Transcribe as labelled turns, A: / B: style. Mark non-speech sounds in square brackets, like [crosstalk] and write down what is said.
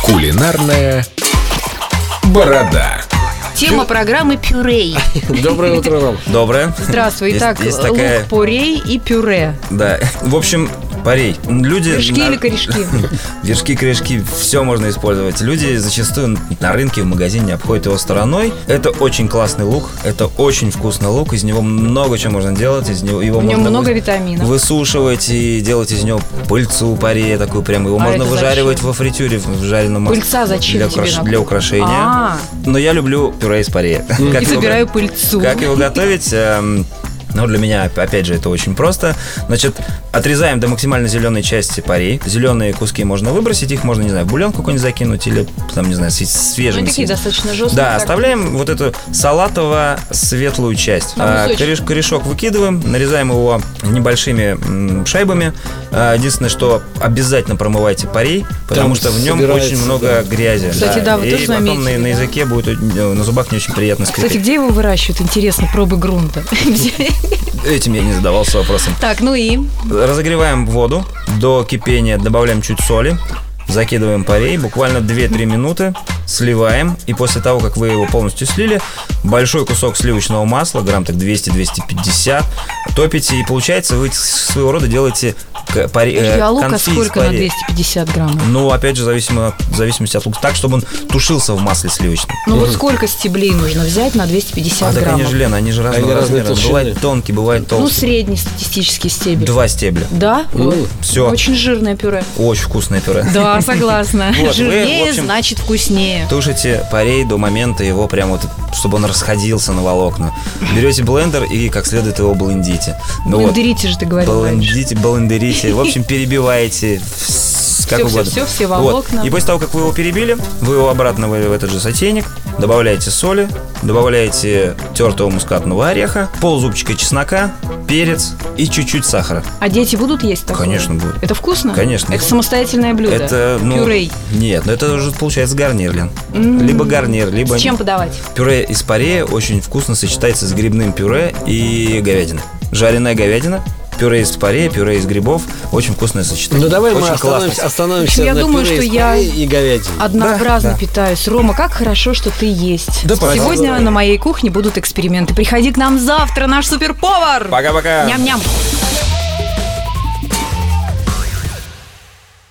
A: Кулинарная борода.
B: Тема программы
C: [laughs]
B: пюрей.
D: Доброе утро вам.
C: Доброе.
B: Здравствуй.
C: Есть-
B: Итак,
C: есть такая-
B: лук пурей и пюре.
C: Да. В общем, парей. Люди...
B: Корешки
C: на-
B: или корешки?
C: Вершки, корешки, все можно использовать. Люди зачастую на рынке, в магазине обходят его стороной. Это очень классный лук, это очень вкусный лук, из него много чего можно делать, из него его
B: В нем
C: можно
B: много
C: вы-
B: витаминов.
C: высушивать и делать из него пыльцу паре такую прям. Его
B: А
C: можно
B: это
C: выжаривать
B: зачем?
C: во фритюре, в в жареном масле.
B: Пыльца зачем
C: для,
B: тебе
C: украш-
B: надо?
C: для украшения.
B: А.
C: Но я люблю пюре из паре.
B: И собираю пыльцу.
C: Как его готовить? Эм, Ну, для меня, оп- опять же, это очень просто. Значит, отрезаем до максимально зеленой части парей. Зеленые куски можно выбросить, их можно, не знаю, в бульон какой-нибудь закинуть или, там, не знаю, с- свежим.
B: Они Ну, такие
C: съесть.
B: достаточно жесткие.
C: Да,
B: так.
C: оставляем вот эту салатово-светлую часть.
B: На
C: А,
B: кусочки.
C: кореш- корешок выкидываем, нарезаем его небольшими м, шайбами. А, единственное, что обязательно промывайте парей, потому
D: Там
C: что в нем
D: собирается,
C: очень много
D: да.
C: грязи.
B: Кстати, да, вы
C: И
B: тоже
C: потом
B: заметили,
C: на, на
B: да.
C: языке будет, э, на зубах не очень приятно скрипеть.
B: Кстати, где его выращивают? Интересно, пробы
C: [laughs]
B: грунта.
C: Этим я не задавался вопросом.
B: Так, ну
C: Э,
B: и
C: Разогреваем воду до кипения, добавляем чуть соли, закидываем парей, буквально 2-3 минуты, сливаем, и после того, как вы его полностью слили, большой кусок сливочного масла, грамм так 200-250, топите, и получается вы своего рода делаете к- паре, э,
B: а лука
C: конфи из
B: сколько на
C: паре.
B: 250 граммов?
C: Ну, опять же, зависимо, в зависимости от лука. Так, чтобы он тушился в масле сливочном.
B: Ну вот сколько стеблей нужно взять на
C: А
B: 250
C: так они
B: граммов?
C: же, Лена, они же разного
D: Они разной
C: размера.
D: толщины.
C: Бывает тонкий, бывает
B: Ну,
C: толстый.
B: средний статистический стебель.
C: Два Ну, стебля.
B: Да? Вот.
C: Все.
B: Очень жирное пюре.
C: Очень вкусное пюре. [laughs]
B: Да, согласна.
C: Вот, вы, в
B: Жирнее,
C: общем-
B: значит вкуснее.
C: Тушите парей до момента его прям вот, чтобы он расходился на волокна. Берете блендер и как следует его блендите. Ну вот,
B: Блендерите же ты говорил раньше.
C: Блендите, блендерите.
B: [laughs]
C: В общем, перебиваете вс- как
B: Всё, всё,
C: угодно.
B: всё, все
C: Вот.
B: волокна.
C: И после того, как вы его перебили, вы его обратно в в этот же сотейник, добавляете соли, добавляете тертого мускатного ореха, ползубчика чеснока, перец и чуть-чуть сахара.
B: А дети будут есть такое?
C: Конечно, будет.
B: Это вкусно?
C: Конечно.
B: Это самостоятельное блюдо?
C: Это, ну,
B: Пюре.
C: Нет, ну это уже получается гарнир, Лен. Либо гарнир, либо...
B: М-м. С чем подавать?
C: Пюре из парея очень вкусно сочетается с грибным пюре и говядиной. Жареная говядина, пюре из парея, пюре из грибов. Очень вкусное сочетание.
D: Ну давай
C: очень
D: мы остановимся,
C: классно.
D: остановимся
B: Я
D: на
B: думаю,
D: пюре
B: что
D: из
B: я-
D: парей и говядины.
B: Однообразно питаюсь. Рома, как хорошо, что ты есть.
C: Да, пожалуйста.
B: Сегодня на моей кухне будут эксперименты. Приходи к нам завтра, наш суперповар.
C: Пока-пока.
B: Ням-ням.